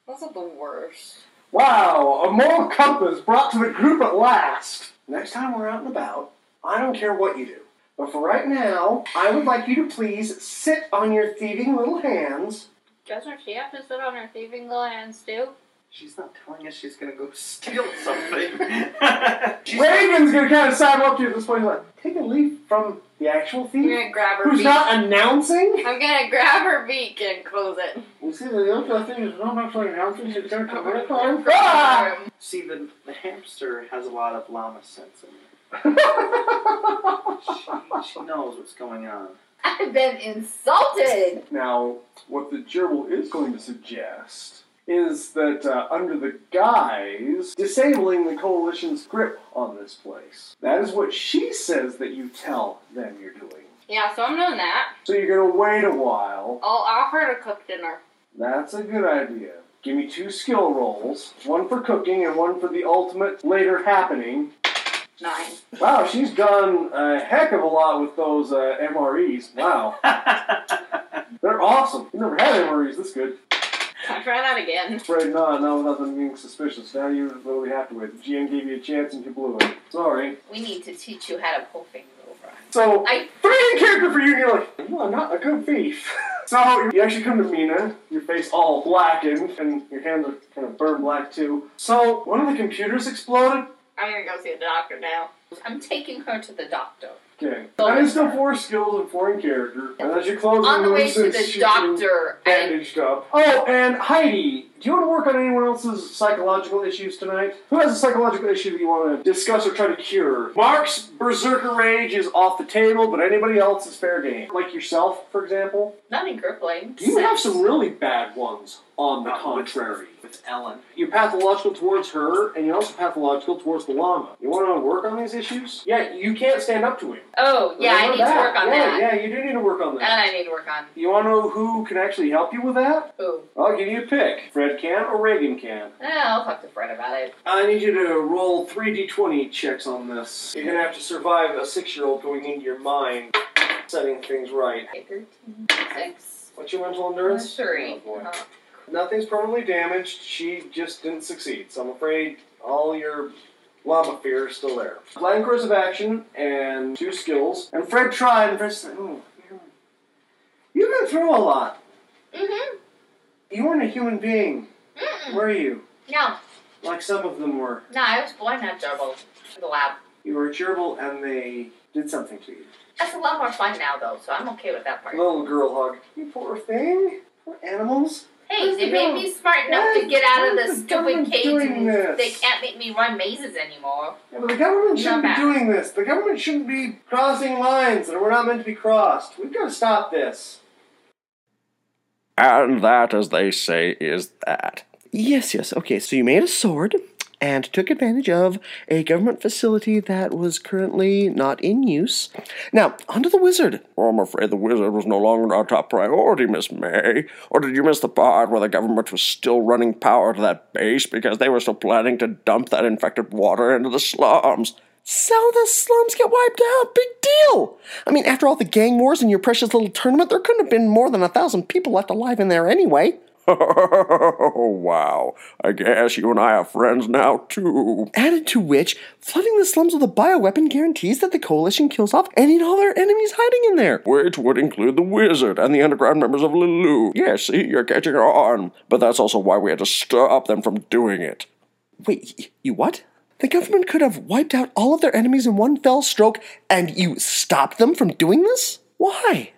Speaker 6: This is the worst.
Speaker 4: Wow, a moral compass brought to the group at last. Next time we're out and about, I don't care what you do. But for right now, I would like you to please sit on your thieving little hands.
Speaker 6: Doesn't she have to sit on her thieving little hands too?
Speaker 5: She's not telling us she's gonna go steal something. she's
Speaker 4: Reagan's gonna kind of sidle up to you at this point, like, take a leaf from the actual
Speaker 6: I'm
Speaker 4: thief,
Speaker 6: gonna grab her
Speaker 4: who's
Speaker 6: beak.
Speaker 4: not announcing.
Speaker 6: I'm gonna grab her beak and close it.
Speaker 4: You see, the other thing is not actually announcing his turn to work
Speaker 6: Ah!
Speaker 5: See, the, the hamster has a lot of llama sense in it. She, she knows what's going on.
Speaker 8: I've been insulted.
Speaker 4: Now, what the gerbil is going to suggest is that uh, under the guise disabling the coalition's grip on this place, that is what she says that you tell them you're doing.
Speaker 6: Yeah, so I'm doing that.
Speaker 4: So you're going to wait a while.
Speaker 6: I'll offer to cook dinner.
Speaker 4: That's a good idea. Give me two skill rolls, one for cooking and one for the ultimate later happening.
Speaker 6: Nine.
Speaker 4: Wow, she's done a heck of a lot with those uh, MREs. Wow, they're awesome. You've never had MREs this good.
Speaker 6: I'll try that again.
Speaker 4: Afraid not, not without them being suspicious. Now you literally have to wait. The GM gave you a chance and you blew it. Sorry.
Speaker 8: We need to teach you how to pull things over.
Speaker 4: So,
Speaker 8: I-
Speaker 4: three in character for you, and you're like, no, I'm not a good thief. so, you actually come to Mina, your face all blackened, and your hands are kind of burned black too. So, one of the computers exploded.
Speaker 6: I'm gonna go see a doctor now.
Speaker 8: I'm taking her to the doctor.
Speaker 4: Okay. That is still four skills and four in character. And as you close
Speaker 6: On
Speaker 4: the room,
Speaker 6: the way to
Speaker 4: since
Speaker 6: the
Speaker 4: she's
Speaker 6: doctor, I
Speaker 4: bandaged up. Oh, and Heidi, do you want to work on anyone else's psychological issues tonight? Who has a psychological issue that you want to discuss or try to cure? Mark's berserker rage is off the table, but anybody else is fair game. Like yourself, for example.
Speaker 8: Nothing crippling.
Speaker 4: You have some really bad ones, on the contrary.
Speaker 5: With Ellen.
Speaker 4: You're pathological towards her, and you're also pathological towards the llama. You want to work on these issues? Yeah, you can't stand up to him.
Speaker 8: Oh, yeah, I
Speaker 4: Remember
Speaker 8: need to
Speaker 4: that.
Speaker 8: work on
Speaker 4: yeah,
Speaker 8: that.
Speaker 4: Yeah, you do need to work on that.
Speaker 8: And I need to work on
Speaker 4: You want to know who can actually help you with that?
Speaker 8: who?
Speaker 4: I'll give you a pick. Fred can or Reagan can.
Speaker 8: Eh, I'll talk to Fred about it.
Speaker 4: I need you to roll three d20 checks on this. You're gonna have to survive a six-year-old going into your mind, setting things right.
Speaker 8: Okay, 13, 6,
Speaker 4: What's your mental endurance?
Speaker 8: three.
Speaker 4: Oh, boy.
Speaker 8: Uh-huh.
Speaker 4: Nothing's permanently damaged. She just didn't succeed, so I'm afraid all your llama fear is still there. Blind course of action and two skills. And Fred tried, and Fred's like, "Oh, man. you've been through a lot.
Speaker 6: Mm-hmm.
Speaker 4: You weren't a human being,
Speaker 8: mm-hmm.
Speaker 6: Mm-mm.
Speaker 4: were you?
Speaker 6: No,
Speaker 4: Like some of them were."
Speaker 6: no, I was born that gerbil.
Speaker 8: The lab.
Speaker 4: You were a gerbil and they did something to you.
Speaker 8: That's a lot more fun now, though, so I'm okay with that part.
Speaker 4: Little girl hug. You poor thing. Poor animals.
Speaker 8: Hey,
Speaker 4: Where's
Speaker 8: they
Speaker 4: the
Speaker 8: made
Speaker 4: girl?
Speaker 8: me smart enough
Speaker 4: Why-
Speaker 8: to get out of
Speaker 4: why is
Speaker 8: this
Speaker 4: the government
Speaker 8: stupid cage,
Speaker 4: doing
Speaker 8: and
Speaker 4: this?
Speaker 8: they can't make me run mazes anymore.
Speaker 4: Yeah, but the government shouldn't
Speaker 8: Not
Speaker 4: be
Speaker 8: bad.
Speaker 4: doing this. The government shouldn't be crossing lines that were not meant to be crossed. We've got to stop this.
Speaker 2: And that, as they say, is that.
Speaker 1: Yes, yes. Okay, so you made a sword and took advantage of a government facility that was currently not in use. Now, onto the wizard.
Speaker 2: Well, Oh, I'm afraid the wizard was no longer our top priority, Miss May. Or did you miss the part where the government was still running power to that base because they were still planning to dump that infected water into the slums?
Speaker 1: So the slums get wiped out. Big deal. I mean, after all the gang wars and your precious little tournament, there couldn't have been more than a thousand people left alive in there anyway.
Speaker 2: Oh, wow. I guess you and I are friends now, too.
Speaker 1: Added to which, flooding the slums with a bioweapon guarantees that the coalition kills off any and all their enemies hiding in there.
Speaker 2: Which would include the wizard and the underground members of Lulu. Yeah, see, you're catching on. But that's also why we had to stop them from doing it.
Speaker 1: Wait, y- you what? The government could have wiped out all of their enemies in one fell stroke, and you stopped them from doing this? Why?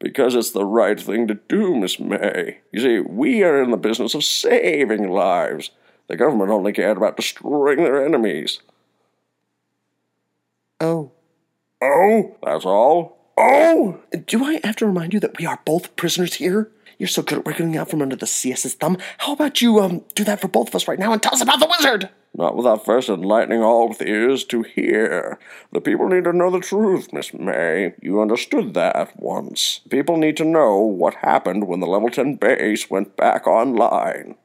Speaker 2: Because it's the right thing to do, Miss May. You see, we are in the business of saving lives. The government only cared about destroying their enemies.
Speaker 1: Oh.
Speaker 2: Oh, that's all? Oh!
Speaker 1: Do I have to remind you that we are both prisoners here? You're so good at wriggling out from under the CS's thumb. How about you um do that for both of us right now and tell us about the wizard?
Speaker 2: Not without first enlightening all with ears to hear. The people need to know the truth, Miss May. You understood that once. People need to know what happened when the level 10 base went back online.